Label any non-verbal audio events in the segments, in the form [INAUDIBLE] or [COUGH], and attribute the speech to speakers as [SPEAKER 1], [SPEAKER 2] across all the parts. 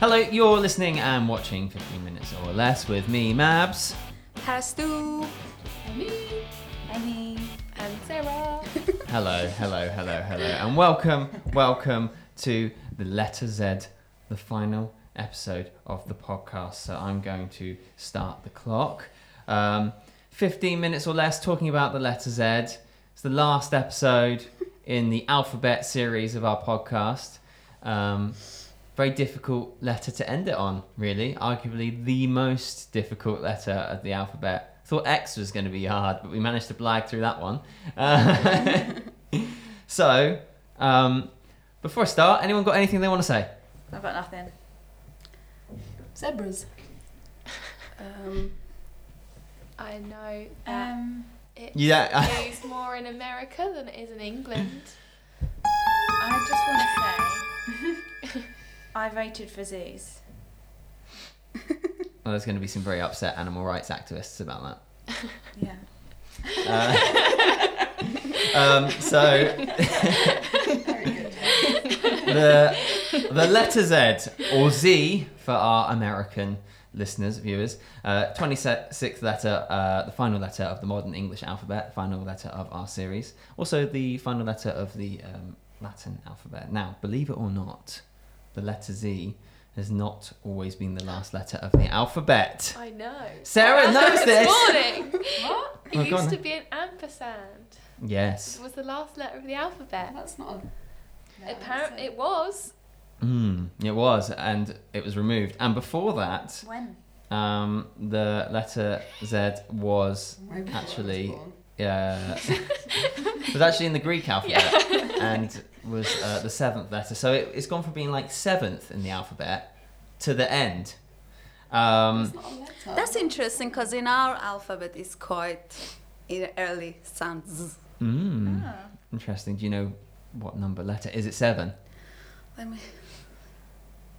[SPEAKER 1] Hello, you're listening and watching 15 Minutes or Less with me, Mabs.
[SPEAKER 2] Pastu
[SPEAKER 3] Me,
[SPEAKER 2] I mean,
[SPEAKER 3] and Sarah.
[SPEAKER 1] Hello, hello, hello, hello, and welcome, welcome to the letter Z, the final episode of the podcast. So I'm going to start the clock. Um, 15 minutes or less talking about the letter Z. It's the last episode in the alphabet series of our podcast. Um, very difficult letter to end it on, really. Arguably the most difficult letter of the alphabet. Thought X was going to be hard, but we managed to blag through that one. Uh, [LAUGHS] so, um, before I start, anyone got anything they want to say?
[SPEAKER 2] I've got nothing.
[SPEAKER 3] Zebras. Um, I know that
[SPEAKER 2] Um,
[SPEAKER 3] it's
[SPEAKER 1] Yeah.
[SPEAKER 3] used more in America than it is in England.
[SPEAKER 1] [LAUGHS]
[SPEAKER 2] I just want to say, I voted for zoos.
[SPEAKER 1] Well, Oh, there's going to be some very upset animal rights activists about that.
[SPEAKER 2] Yeah.
[SPEAKER 1] Uh, [LAUGHS] um, so [LAUGHS] the the letter Z or Z for our American listeners viewers. Uh, 26th letter, uh, the final letter of the modern English alphabet, final letter of our series. Also the final letter of the um, Latin alphabet. Now, believe it or not, the letter Z has not always been the last letter of the alphabet.
[SPEAKER 3] I know.
[SPEAKER 1] Sarah
[SPEAKER 3] I
[SPEAKER 1] knows
[SPEAKER 3] [LAUGHS] this.
[SPEAKER 1] this.
[SPEAKER 3] morning.
[SPEAKER 4] What?
[SPEAKER 3] It
[SPEAKER 1] Well, go on
[SPEAKER 3] used to
[SPEAKER 1] then.
[SPEAKER 3] be an ampersand.
[SPEAKER 1] Yes.
[SPEAKER 3] It was the last letter of the alphabet.
[SPEAKER 4] That's not a.
[SPEAKER 3] Apparently, it was.
[SPEAKER 1] Mm, it was, and it was removed. And before that,
[SPEAKER 2] When?
[SPEAKER 1] um, the letter Z was actually- uh, was actually in the Greek alphabet [LAUGHS] and was uh, the seventh letter. So it, it's gone from being like seventh in the alphabet to the end. Um,
[SPEAKER 4] It's not a letter.
[SPEAKER 5] That's interesting because in our alphabet it's quite in early sounds.
[SPEAKER 4] Mm-hmm.
[SPEAKER 1] mm,
[SPEAKER 2] Ah.
[SPEAKER 1] Interesting. Do you know what number letter? Is it seven?
[SPEAKER 5] Let me.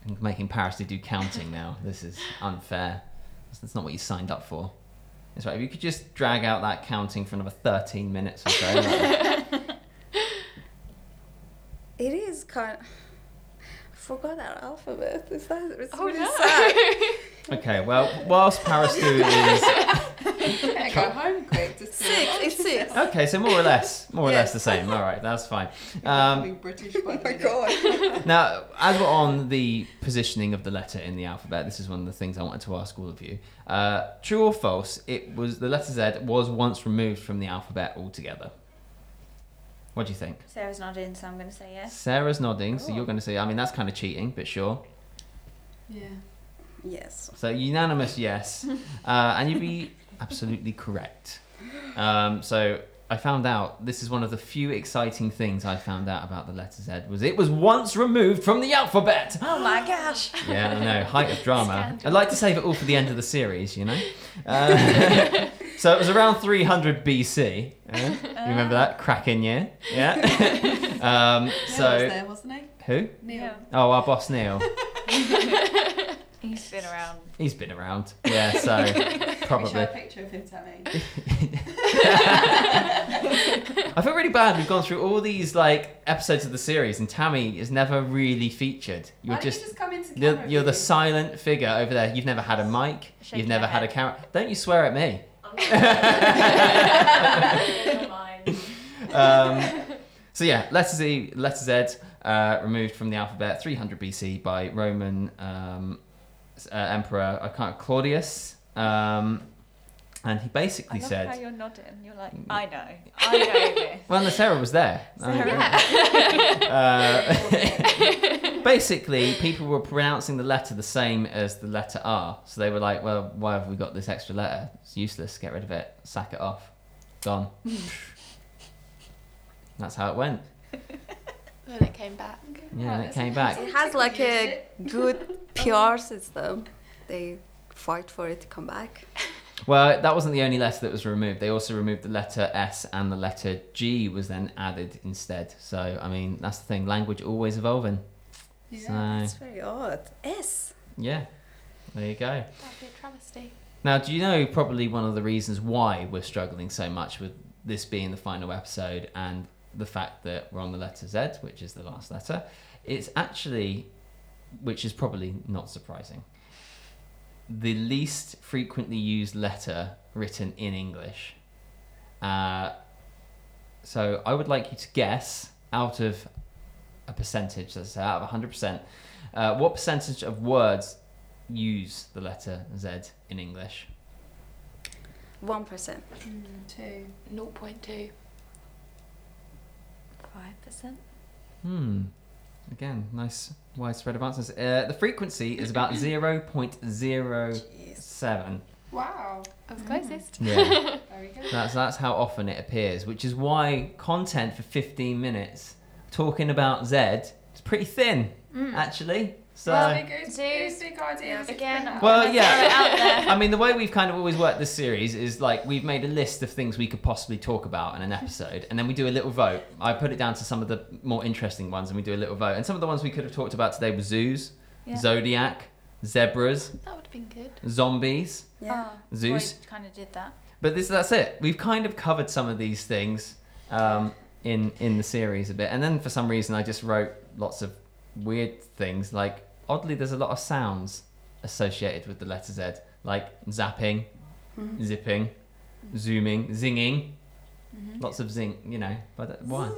[SPEAKER 1] I'm making Paris to do counting now. This is unfair. That's- That's not what you signed up for. That's right. If you could just drag out that counting for another 13 minutes or so. that'd
[SPEAKER 5] It is kind. I forgot our alphabet. Is that? It's
[SPEAKER 3] Oh
[SPEAKER 5] really
[SPEAKER 3] no!
[SPEAKER 4] [LAUGHS]
[SPEAKER 5] sad.
[SPEAKER 1] be- okay, well, whilst Paris do is.
[SPEAKER 4] I go home quick to see.
[SPEAKER 5] Six. It's six.
[SPEAKER 1] Okay, so more or less, more or less
[SPEAKER 5] Yes.
[SPEAKER 1] the same. All right, that's fine.
[SPEAKER 4] Being
[SPEAKER 1] Um,
[SPEAKER 4] British.
[SPEAKER 5] [LAUGHS] Oh my god.
[SPEAKER 1] now, as we're on the positioning of the letter in the alphabet, this is one of the things I wanted to ask all of you. Uh, true or false? It was the letter Z was once removed from the alphabet altogether. What do you think?
[SPEAKER 2] Sarah's not in, so I'm going to say yes.
[SPEAKER 1] Sarah's nodding, so
[SPEAKER 2] Oh.
[SPEAKER 1] you're going to say. I mean, that's kind of cheating, but sure.
[SPEAKER 4] Yeah.
[SPEAKER 5] Yes.
[SPEAKER 1] So unanimous yes, uh, and you'd be absolutely correct. Um, so I found out this is one of the few exciting things I found out about the letter Z was it was once removed from the alphabet.
[SPEAKER 2] Oh my [LAUGHS] gosh!
[SPEAKER 1] Yeah, I know. Height of drama. I'd like to save it all for the end of the series, you know. Uh, [LAUGHS] so it was around 300 BC. eh? You remember that cracking year? Yeah. [LAUGHS] um,
[SPEAKER 4] Neil was
[SPEAKER 1] so
[SPEAKER 4] there, wasn't he?
[SPEAKER 1] who?
[SPEAKER 4] Neil.
[SPEAKER 2] Yeah.
[SPEAKER 1] Oh, our boss Neil.
[SPEAKER 2] He's been around.
[SPEAKER 1] He's been around. Yeah,
[SPEAKER 4] [LAUGHS]
[SPEAKER 1] so
[SPEAKER 4] We showed [LAUGHS]
[SPEAKER 1] probably.
[SPEAKER 4] a picture of him, Tammy.
[SPEAKER 1] [LAUGHS] I feel really bad. We've gone through all these like episodes of the series, and Tammy is never really featured.
[SPEAKER 4] Why
[SPEAKER 1] You're
[SPEAKER 4] don't
[SPEAKER 1] just
[SPEAKER 4] you just come into camera.
[SPEAKER 1] you're, you're the
[SPEAKER 4] [LAUGHS] with me?
[SPEAKER 1] silent figure over there. You've never had a mic.
[SPEAKER 2] Shaking
[SPEAKER 1] you've never
[SPEAKER 2] my
[SPEAKER 1] had a
[SPEAKER 2] head.
[SPEAKER 1] camera. Don't you swear at me.
[SPEAKER 2] [LAUGHS]
[SPEAKER 4] [LAUGHS]
[SPEAKER 1] um, so yeah, letter Z, letter Z, uh, removed from the alphabet, 300 BC by Roman um, s- uh, emperor I can't Claudius, um, and he
[SPEAKER 2] I
[SPEAKER 1] basically
[SPEAKER 2] love
[SPEAKER 1] said. "Mm."
[SPEAKER 2] how you're nodding. You're like, I know. I know this.
[SPEAKER 1] Well, no, Sarah was there. I mean, uh, basically, people were pronouncing the letter the same as the letter R. So they were like, well, why have we got this extra letter? It's useless. Get rid of it. Sack it off. Gone. That's how it went.
[SPEAKER 3] Then it came back.
[SPEAKER 1] Yeah, and
[SPEAKER 4] Right,
[SPEAKER 1] it
[SPEAKER 4] that's
[SPEAKER 1] came
[SPEAKER 4] it.
[SPEAKER 1] back.
[SPEAKER 5] It has like a
[SPEAKER 4] [LAUGHS]
[SPEAKER 5] good PR system. They fight for it to come back.
[SPEAKER 1] Well, that wasn't the only letter that was removed. They also removed the letter S and the letter G was then added instead. So, I mean, that's the thing. Language always evolving.
[SPEAKER 4] Yeah.
[SPEAKER 1] So,
[SPEAKER 5] It's very odd. S.
[SPEAKER 1] yeah. There you go.
[SPEAKER 3] That'd be a travesty.
[SPEAKER 1] Now, do you know probably one of the reasons why we're struggling so much with this being the final episode and the fact that we're on the letter Z, which is the last letter? It's actually which is probably not surprising. The least frequently used letter written in English. Uh, so I would like you to guess out of a percentage, that's out of 100%, uh, what percentage of words use the letter Z in English?
[SPEAKER 5] One percent.
[SPEAKER 4] Mm, two.
[SPEAKER 3] 0.2.
[SPEAKER 2] Five percent.
[SPEAKER 1] Hmm. Again, nice wide spread of answers. Uh, the frequency is about 0.07.
[SPEAKER 5] Jeez.
[SPEAKER 4] Wow.
[SPEAKER 3] I was closest.
[SPEAKER 1] Yeah. [LAUGHS]
[SPEAKER 4] Very good.
[SPEAKER 1] That's that's how often it appears, which is why content for 15 minutes talking about Z is pretty thin, actually. So
[SPEAKER 4] Hmm. well, it
[SPEAKER 3] Mm.
[SPEAKER 4] goes,
[SPEAKER 2] do-
[SPEAKER 4] goes big ideas. it's
[SPEAKER 2] Again,
[SPEAKER 4] better.
[SPEAKER 1] Well,
[SPEAKER 2] I'm gonna
[SPEAKER 1] yeah.
[SPEAKER 2] throw it out [LAUGHS] there.
[SPEAKER 1] I mean, the way we've kind of always worked this series is like we've made a list of things we could possibly talk about in an episode, and then we do a little vote. I put it down to some of the more interesting ones, and we do a little vote. And some of the ones we could have talked about today were zoos,
[SPEAKER 2] Yeah.
[SPEAKER 1] zodiac, zebras,
[SPEAKER 3] That would have been good.
[SPEAKER 1] zombies.
[SPEAKER 5] Yeah.
[SPEAKER 2] Oh,
[SPEAKER 1] Zeus.
[SPEAKER 2] Freud kind of did that.
[SPEAKER 1] But this that's it. We've kind of covered some of these things um, in in the series a bit, and then for some reason I just wrote lots of weird things. Like oddly, there's a lot of sounds associated with the letter Z, like zapping,
[SPEAKER 4] Mm-hmm.
[SPEAKER 5] Mhm.
[SPEAKER 1] zipping, zooming, zinging. Lots of zing, you know. But why?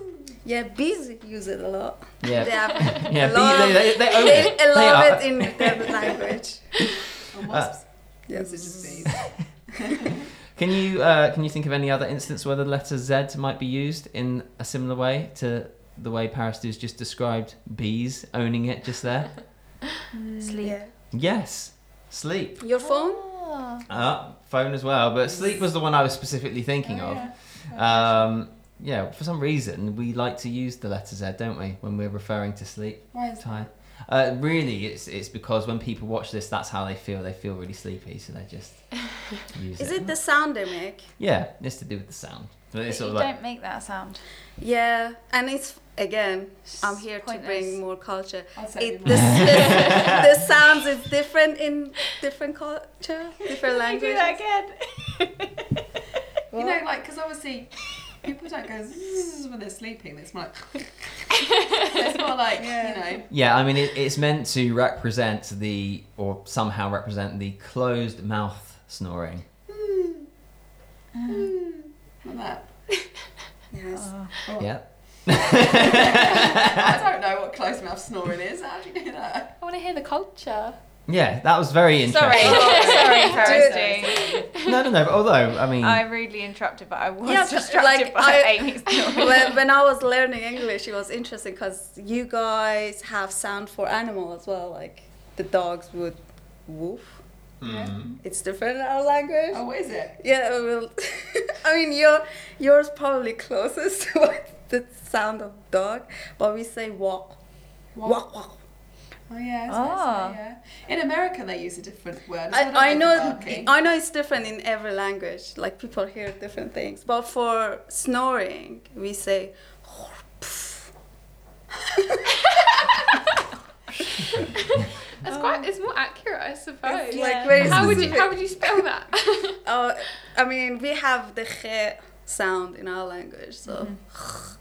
[SPEAKER 5] Yeah, bees use it a lot.
[SPEAKER 1] Yeah, [LAUGHS]
[SPEAKER 5] They have
[SPEAKER 1] yeah.
[SPEAKER 5] a lot
[SPEAKER 1] They, they, they own
[SPEAKER 5] they
[SPEAKER 1] it. They
[SPEAKER 5] love
[SPEAKER 1] are-
[SPEAKER 5] it in their [LAUGHS] language.
[SPEAKER 1] Uh,
[SPEAKER 4] And wasps.
[SPEAKER 5] Yes.
[SPEAKER 4] Those are just bees.
[SPEAKER 1] Can you uh, can you think of any other instance where the letter Z might be used in a similar way to the way Parastu's just described bees owning it just there?
[SPEAKER 5] [LAUGHS]
[SPEAKER 2] Sleep.
[SPEAKER 5] Yeah.
[SPEAKER 1] yes, sleep.
[SPEAKER 5] Your phone?
[SPEAKER 2] Oh.
[SPEAKER 3] Ah.
[SPEAKER 1] Uh, phone as well, but sleep was the one I was specifically thinking
[SPEAKER 4] Oh,
[SPEAKER 1] of.
[SPEAKER 4] yeah.
[SPEAKER 1] Um, yeah, for some reason we like to use the letter Z, don't we, when we're referring to sleep
[SPEAKER 4] Why is
[SPEAKER 1] time? Uh, really, it's it's because when people watch this, that's how they feel. They feel really sleepy, so they
[SPEAKER 5] [LAUGHS]
[SPEAKER 1] just use
[SPEAKER 5] Is it the sound they make?
[SPEAKER 1] Yeah, it's to do with the sound. But it's
[SPEAKER 2] you
[SPEAKER 1] sort of like
[SPEAKER 2] don't make that sound. [LAUGHS]
[SPEAKER 5] Yeah, and it's again. I'm here to
[SPEAKER 2] pointless.
[SPEAKER 5] bring more culture.
[SPEAKER 4] I'll set
[SPEAKER 5] It,
[SPEAKER 4] you mine.
[SPEAKER 5] the, the, the sounds is different in different culture, different language.
[SPEAKER 2] [LAUGHS] You do that again.
[SPEAKER 1] [LAUGHS]
[SPEAKER 4] You know, like, because obviously people don't go zzz when they're sleeping. It's more like, it's more like, you know.
[SPEAKER 1] yeah, I mean it, it's meant to represent the or somehow represent the closed mouth snoring.
[SPEAKER 4] Like that.
[SPEAKER 5] Yes.
[SPEAKER 2] Oh.
[SPEAKER 1] Yeah. [LAUGHS]
[SPEAKER 4] [LAUGHS] I don't know what close mouth snoring is. How do you do that?
[SPEAKER 3] I want to hear the culture.
[SPEAKER 1] Yeah, that was very
[SPEAKER 2] Sorry,
[SPEAKER 1] interesting.
[SPEAKER 2] [LAUGHS] sorry, Kirsty.
[SPEAKER 1] No, no, no. but Although, I
[SPEAKER 5] [LAUGHS]
[SPEAKER 1] mean,
[SPEAKER 2] I rudely interrupted, but I was
[SPEAKER 5] Yeah,
[SPEAKER 2] [LAUGHS]
[SPEAKER 5] but,
[SPEAKER 2] distracted
[SPEAKER 5] like,
[SPEAKER 2] by [LAUGHS]
[SPEAKER 5] I-
[SPEAKER 2] Amy's story.
[SPEAKER 5] [LAUGHS] when, when I was learning English, it was interesting because you guys have sound for animal as well. Like the dogs would woof.
[SPEAKER 1] mm,
[SPEAKER 5] It's different in our language.
[SPEAKER 4] Oh, what is it?
[SPEAKER 5] Yeah, well, [LAUGHS] I mean, your yours probably closest [LAUGHS] to what the sound of dog, but we say walk, walk, walk.
[SPEAKER 4] Oh, yeah. it's
[SPEAKER 2] Ah.
[SPEAKER 4] nice, yeah. In America, they use a different word. It's not
[SPEAKER 5] I, I
[SPEAKER 4] like
[SPEAKER 5] know,
[SPEAKER 4] barking.
[SPEAKER 5] I know it's different in every language. Like people hear different things, but for snoring, we say.
[SPEAKER 3] That's quite. It's more accurate, I suppose.
[SPEAKER 5] It's
[SPEAKER 2] yeah.
[SPEAKER 5] Like very
[SPEAKER 3] How would you?
[SPEAKER 5] specific.
[SPEAKER 3] How would you spell [LAUGHS] that?
[SPEAKER 5] Uh, I mean, we have the kh sound in our language, so.
[SPEAKER 2] Mm-hmm.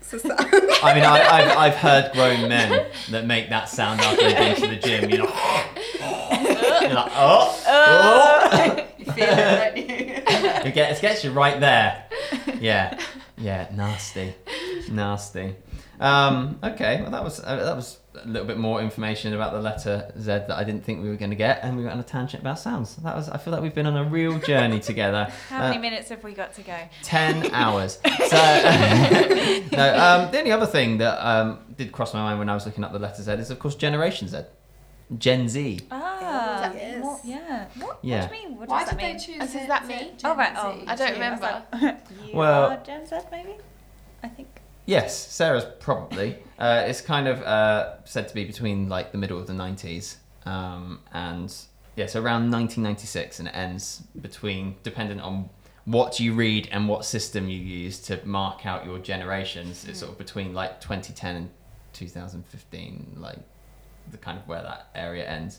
[SPEAKER 5] It's a
[SPEAKER 3] [LAUGHS]
[SPEAKER 5] sound.
[SPEAKER 1] I mean, I, I've, I've heard grown men that make that sound after they've been to the gym. You're like, you're like, oh,
[SPEAKER 2] Uh.
[SPEAKER 1] oh.
[SPEAKER 5] [LAUGHS]
[SPEAKER 4] You feel it, don't you?
[SPEAKER 1] It gets, it gets you right there. Yeah, yeah, nasty, nasty. Um, okay, well that was uh, that was a little bit more information about the letter Z that I didn't think we were going to get, and we went on a tangent about sounds. That was I feel like we've been on a real journey together.
[SPEAKER 2] How
[SPEAKER 1] Uh,
[SPEAKER 2] many minutes have we got to [LAUGHS] go?
[SPEAKER 1] 10 hours. So, [LAUGHS] no, um, the only other thing that um, did cross my mind when I was looking up the letter Z is, of course, Generation Z. Gen Z.
[SPEAKER 2] Ah,
[SPEAKER 5] yes.
[SPEAKER 2] what- yeah. What,
[SPEAKER 1] Yeah.
[SPEAKER 2] what do you mean? What
[SPEAKER 4] Why
[SPEAKER 2] does that
[SPEAKER 4] did they
[SPEAKER 2] mean?
[SPEAKER 4] choose
[SPEAKER 3] Does
[SPEAKER 4] it?
[SPEAKER 3] that
[SPEAKER 4] Is
[SPEAKER 3] mean-
[SPEAKER 4] it
[SPEAKER 2] Oh, right,
[SPEAKER 4] Gen
[SPEAKER 2] oh,
[SPEAKER 4] Z?
[SPEAKER 3] I don't
[SPEAKER 4] Gen Z, I was
[SPEAKER 3] remember.
[SPEAKER 2] Like,
[SPEAKER 1] [LAUGHS]
[SPEAKER 2] you
[SPEAKER 1] Well-
[SPEAKER 2] are Gen Z, maybe? I think.
[SPEAKER 1] Yes, Sarah's probably. Uh, it's kind of uh, said to be between like the middle of the 90s um, and, yeah, so around 1996 and it ends between, dependent on what you read and what system you use to mark out your generations. It's sort of between like 2010 and 2015, like the kind of where that area ends.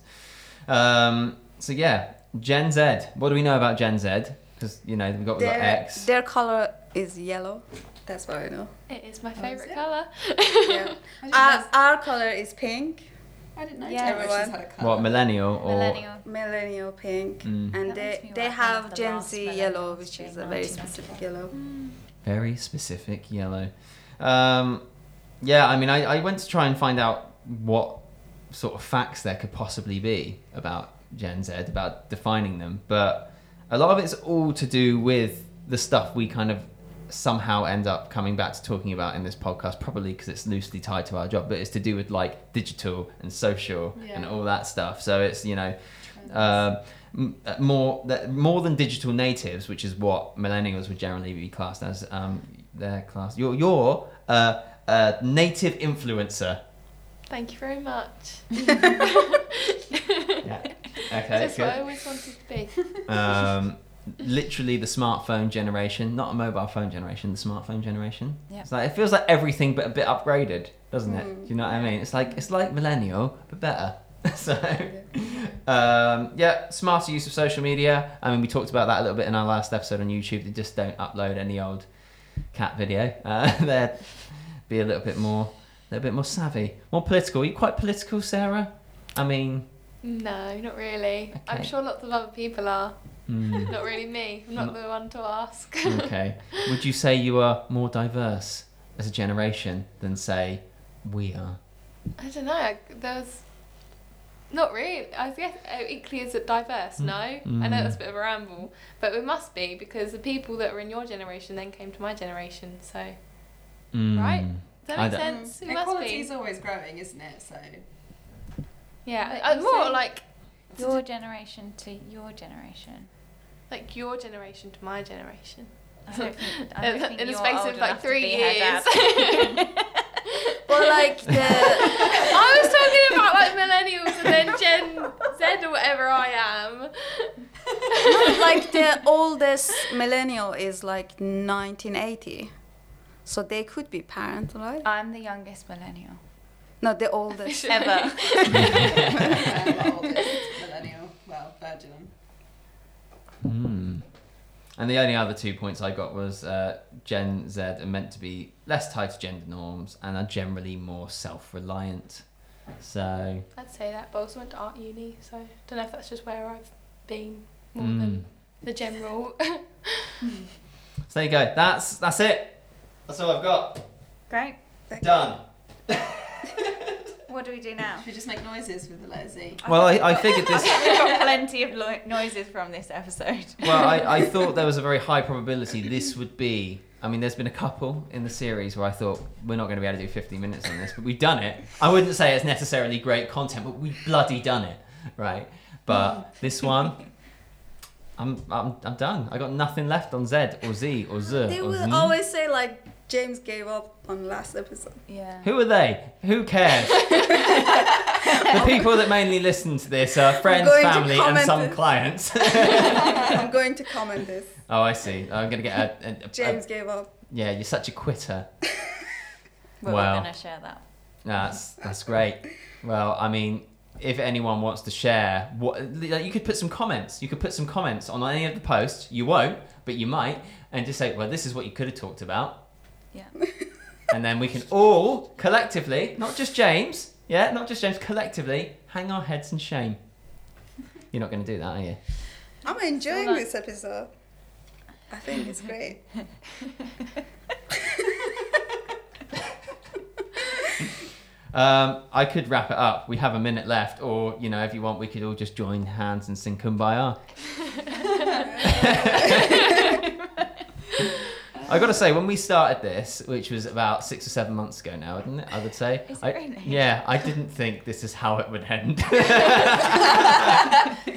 [SPEAKER 1] Um, so yeah, Gen Z. What do we know about Gen Z? Because you know we've got, we've got
[SPEAKER 5] their,
[SPEAKER 1] X.
[SPEAKER 5] their color is yellow. That's what I know.
[SPEAKER 3] It Oh, is my favourite
[SPEAKER 4] it?
[SPEAKER 3] colour.
[SPEAKER 5] Yeah.
[SPEAKER 3] [LAUGHS]
[SPEAKER 4] I didn't
[SPEAKER 5] our,
[SPEAKER 4] know,
[SPEAKER 5] our color is pink,
[SPEAKER 4] I didn't know
[SPEAKER 2] Yeah.
[SPEAKER 4] everyone's
[SPEAKER 5] Everyone.
[SPEAKER 4] had a colour.
[SPEAKER 1] What millennial or
[SPEAKER 3] Millennial.
[SPEAKER 5] millennial pink,
[SPEAKER 1] Mm.
[SPEAKER 5] and
[SPEAKER 2] That makes
[SPEAKER 5] they
[SPEAKER 2] me
[SPEAKER 5] they
[SPEAKER 2] like one of
[SPEAKER 5] have
[SPEAKER 2] the
[SPEAKER 5] Gen
[SPEAKER 2] last
[SPEAKER 5] Z yellow,
[SPEAKER 2] millennials
[SPEAKER 5] which
[SPEAKER 2] being
[SPEAKER 5] is a very
[SPEAKER 2] 1994.
[SPEAKER 5] specific yellow.
[SPEAKER 2] Mm.
[SPEAKER 5] [LAUGHS]
[SPEAKER 1] very specific yellow. Um, yeah, I mean, I, I went to try and find out what sort of facts there could possibly be about Gen Z, about defining them, but a lot of it's all to do with the stuff we kind of somehow end up coming back to talking about in this podcast, probably because it's loosely tied to our job, but it's to do with like digital and social and
[SPEAKER 4] Yeah.
[SPEAKER 1] all that stuff. So it's, you know, um, m- uh, more that more than digital natives, which is what millennials would generally be classed as. Um, their class, uh, you're you're a, a native influencer.
[SPEAKER 3] Thank you very
[SPEAKER 1] [LAUGHS]
[SPEAKER 3] much. [LAUGHS]
[SPEAKER 1] Yeah. Okay,
[SPEAKER 3] That's what I
[SPEAKER 1] good.
[SPEAKER 3] always wanted to be.
[SPEAKER 1] Um, literally the smartphone generation, not a mobile phone generation, the smartphone generation.
[SPEAKER 2] Yeah.
[SPEAKER 1] It's like it feels like everything, but a bit upgraded, doesn't it?
[SPEAKER 5] Mm.
[SPEAKER 1] Do you know what I mean? It's like it's like millennial, but better. [LAUGHS] so. Um, yeah, smarter use of social media. I mean, we talked about that a little bit in our last episode on YouTube. They just don't upload any old cat video. [LAUGHS] Uh, they'd be a little bit more, a little bit more savvy, more political. Are you quite political, Sarah? I mean,
[SPEAKER 3] No, not really. I'm
[SPEAKER 1] Okay.
[SPEAKER 3] sure lots of other people are.
[SPEAKER 1] hmm,
[SPEAKER 3] Not really me. I'm not the one to ask.
[SPEAKER 1] Mm. okay. Would you say you are more diverse as a generation than say we are?
[SPEAKER 3] [LAUGHS] I don't know. I, there was not really. I guess uh, equally as diverse.
[SPEAKER 1] Mm.
[SPEAKER 3] No, I know that's a bit of a ramble, but we must be because the people that were in your generation then came to my generation. So
[SPEAKER 1] Mm,
[SPEAKER 3] Right. does that
[SPEAKER 1] I
[SPEAKER 3] make
[SPEAKER 1] don't-
[SPEAKER 3] sense? We must
[SPEAKER 4] Equality
[SPEAKER 3] be.
[SPEAKER 4] is always growing, isn't it? So [LAUGHS]
[SPEAKER 3] Yeah,
[SPEAKER 2] But
[SPEAKER 3] I,
[SPEAKER 2] you
[SPEAKER 3] Uh, more
[SPEAKER 2] say-
[SPEAKER 3] like
[SPEAKER 2] Your generation to your generation.
[SPEAKER 3] like your generation to my generation.
[SPEAKER 2] I don't think, I
[SPEAKER 3] In-
[SPEAKER 2] don't think
[SPEAKER 3] in the
[SPEAKER 2] you're
[SPEAKER 3] space
[SPEAKER 2] old
[SPEAKER 3] of, like,
[SPEAKER 2] enough to
[SPEAKER 3] three
[SPEAKER 2] be her dad.
[SPEAKER 5] Well, like the
[SPEAKER 3] I was talking about like millennials and then Gen Z or whatever I am.
[SPEAKER 5] like the oldest millennial is like 1980, so they could be parents, right?
[SPEAKER 2] [LAUGHS] I'm the youngest millennial
[SPEAKER 5] No, the
[SPEAKER 2] [LAUGHS]
[SPEAKER 5] oldest.
[SPEAKER 2] ever.
[SPEAKER 5] [LAUGHS]
[SPEAKER 4] yeah, oldest millennial, well, virgin.
[SPEAKER 1] Hmm. And the only other two points I got was uh, Gen Z are meant to be less tied to gender norms and are generally more self-reliant. So,
[SPEAKER 3] [LAUGHS] I'd say that, but I also went to art uni, so I don't know if that's just where I've been more
[SPEAKER 1] mm.
[SPEAKER 3] than the general.
[SPEAKER 1] so there you go. That's that's it. That's all I've got.
[SPEAKER 2] Great.
[SPEAKER 1] Done.
[SPEAKER 2] What do we do now?
[SPEAKER 4] Should we just make noises with the letter Z?
[SPEAKER 1] Well, I, I figured this.
[SPEAKER 2] [LAUGHS] We've got plenty of lo- noises from this episode.
[SPEAKER 1] Well, I,
[SPEAKER 5] [LAUGHS]
[SPEAKER 1] I thought there was a very high probability this would be. I mean, there's been a couple in the series where I thought we're not going to be able to do 50 minutes on this, but we've done it. I wouldn't say it's necessarily great content, but we've bloody done it, right? But this one, I'm, I'm, I'm done. I got nothing left on Z or Z or Z.
[SPEAKER 5] They
[SPEAKER 1] or
[SPEAKER 5] will
[SPEAKER 1] Z.
[SPEAKER 5] always say like James gave up on last episode. [LAUGHS]
[SPEAKER 2] Yeah.
[SPEAKER 1] Who are they? Who cares? the people that mainly listen to this are friends,
[SPEAKER 5] going to
[SPEAKER 1] family, and
[SPEAKER 5] comment
[SPEAKER 1] some
[SPEAKER 5] it. [LAUGHS]
[SPEAKER 1] clients.
[SPEAKER 5] I'm going to comment this.
[SPEAKER 1] oh, I see. I'm going to get a- a- a- a
[SPEAKER 5] James gave up.
[SPEAKER 1] Yeah, you're such a quitter.
[SPEAKER 2] We're
[SPEAKER 1] Wow.
[SPEAKER 2] all going to share that.
[SPEAKER 1] That's that's great. Well, I mean, if anyone wants to share, what like, you could put some comments. You could put some comments on any of the posts. You won't, but you might, and just say, "Well, this is what you could have talked about,"
[SPEAKER 2] Yeah.
[SPEAKER 1] [LAUGHS] and then we can all collectively, not just James, yeah, not just James, collectively, hang our heads in shame. You're not going to do that, are you?
[SPEAKER 5] I'm enjoying
[SPEAKER 2] Alright.
[SPEAKER 5] this episode. I think it's great.
[SPEAKER 1] Um, I could wrap it up. We have a minute left, or you know, if you want, we could all just join hands and sing "Kumbaya." I got to say, when we started this, which was about six or seven months ago now, isn't it? I would say.
[SPEAKER 2] Is it
[SPEAKER 1] I-
[SPEAKER 2] really?
[SPEAKER 1] Yeah, I didn't think this is how it would end.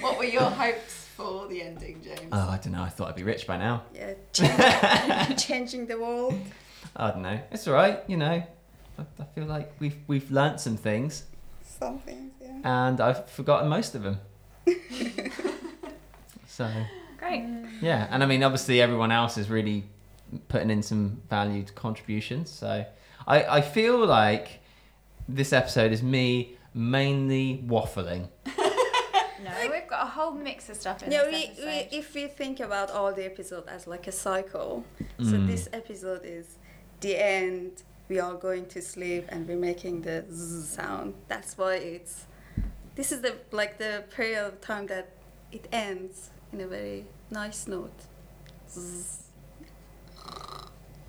[SPEAKER 4] What were your hopes for the ending, James?
[SPEAKER 5] Uh.
[SPEAKER 1] oh, I don't know. I thought I'd be rich by now.
[SPEAKER 5] Yeah, changing, [LAUGHS] changing the world.
[SPEAKER 1] I don't know. It's all right, you know. I, I feel like we've we've learnt some things,
[SPEAKER 5] Something. Yeah.
[SPEAKER 1] and I've forgotten most of them. so.
[SPEAKER 2] [LAUGHS] Great.
[SPEAKER 1] Yeah, and I mean, obviously, everyone else is really putting in some valued contributions. So I, I feel like this episode is me mainly waffling.
[SPEAKER 2] No, we've got a whole mix of stuff in
[SPEAKER 5] Yeah,
[SPEAKER 2] this
[SPEAKER 5] we,
[SPEAKER 2] episode.
[SPEAKER 5] we if we think about all the episode as like a cycle, so
[SPEAKER 1] Mm.
[SPEAKER 5] this episode is the end. We are going to sleep and we're making the zzz sound. That's why it's. This is the like the period of time that it ends in a very nice note. Zzz.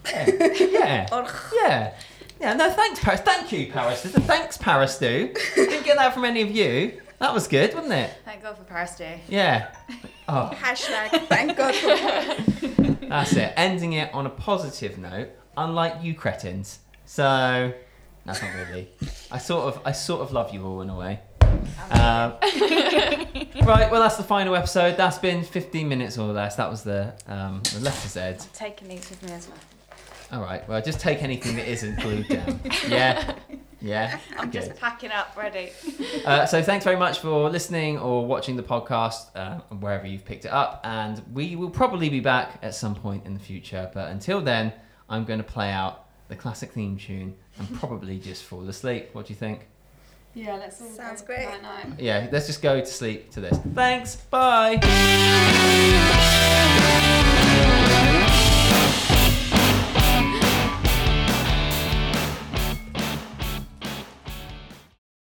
[SPEAKER 1] yeah.
[SPEAKER 5] Or
[SPEAKER 1] Yeah. Yeah, no, thanks, Paris. Thank you, Paris. Thanks, Paris, do. Didn't get that from any of you. That was good, wasn't it?
[SPEAKER 2] Thank God for Paris Day.
[SPEAKER 1] Yeah. Oh,
[SPEAKER 5] hashtag. Thank God. For
[SPEAKER 1] that's it. Ending it on a positive note, unlike you cretins. So, that's not really. I sort of, I sort of love you all in a way.
[SPEAKER 2] [LAUGHS]
[SPEAKER 1] Um, right, well, that's the final episode. That's been 15 minutes or less. That was the, um, the letter Z.
[SPEAKER 2] Taking these with me as well.
[SPEAKER 1] All right. Well, just take anything that isn't glued
[SPEAKER 2] [LAUGHS]
[SPEAKER 1] down. Yeah. Yeah.
[SPEAKER 2] I'm
[SPEAKER 1] Good.
[SPEAKER 2] just packing up, ready.
[SPEAKER 1] Uh, so thanks very much for listening or watching the podcast uh, wherever you've picked it up. And we will probably be back at some point in the future. But until then, I'm going to play out the classic theme tune and probably just fall asleep. What do you think?
[SPEAKER 4] Yeah, let's all
[SPEAKER 5] Sounds
[SPEAKER 4] go
[SPEAKER 5] great.
[SPEAKER 4] night-night.
[SPEAKER 1] Yeah, let's just go to sleep to this. Thanks. Bye.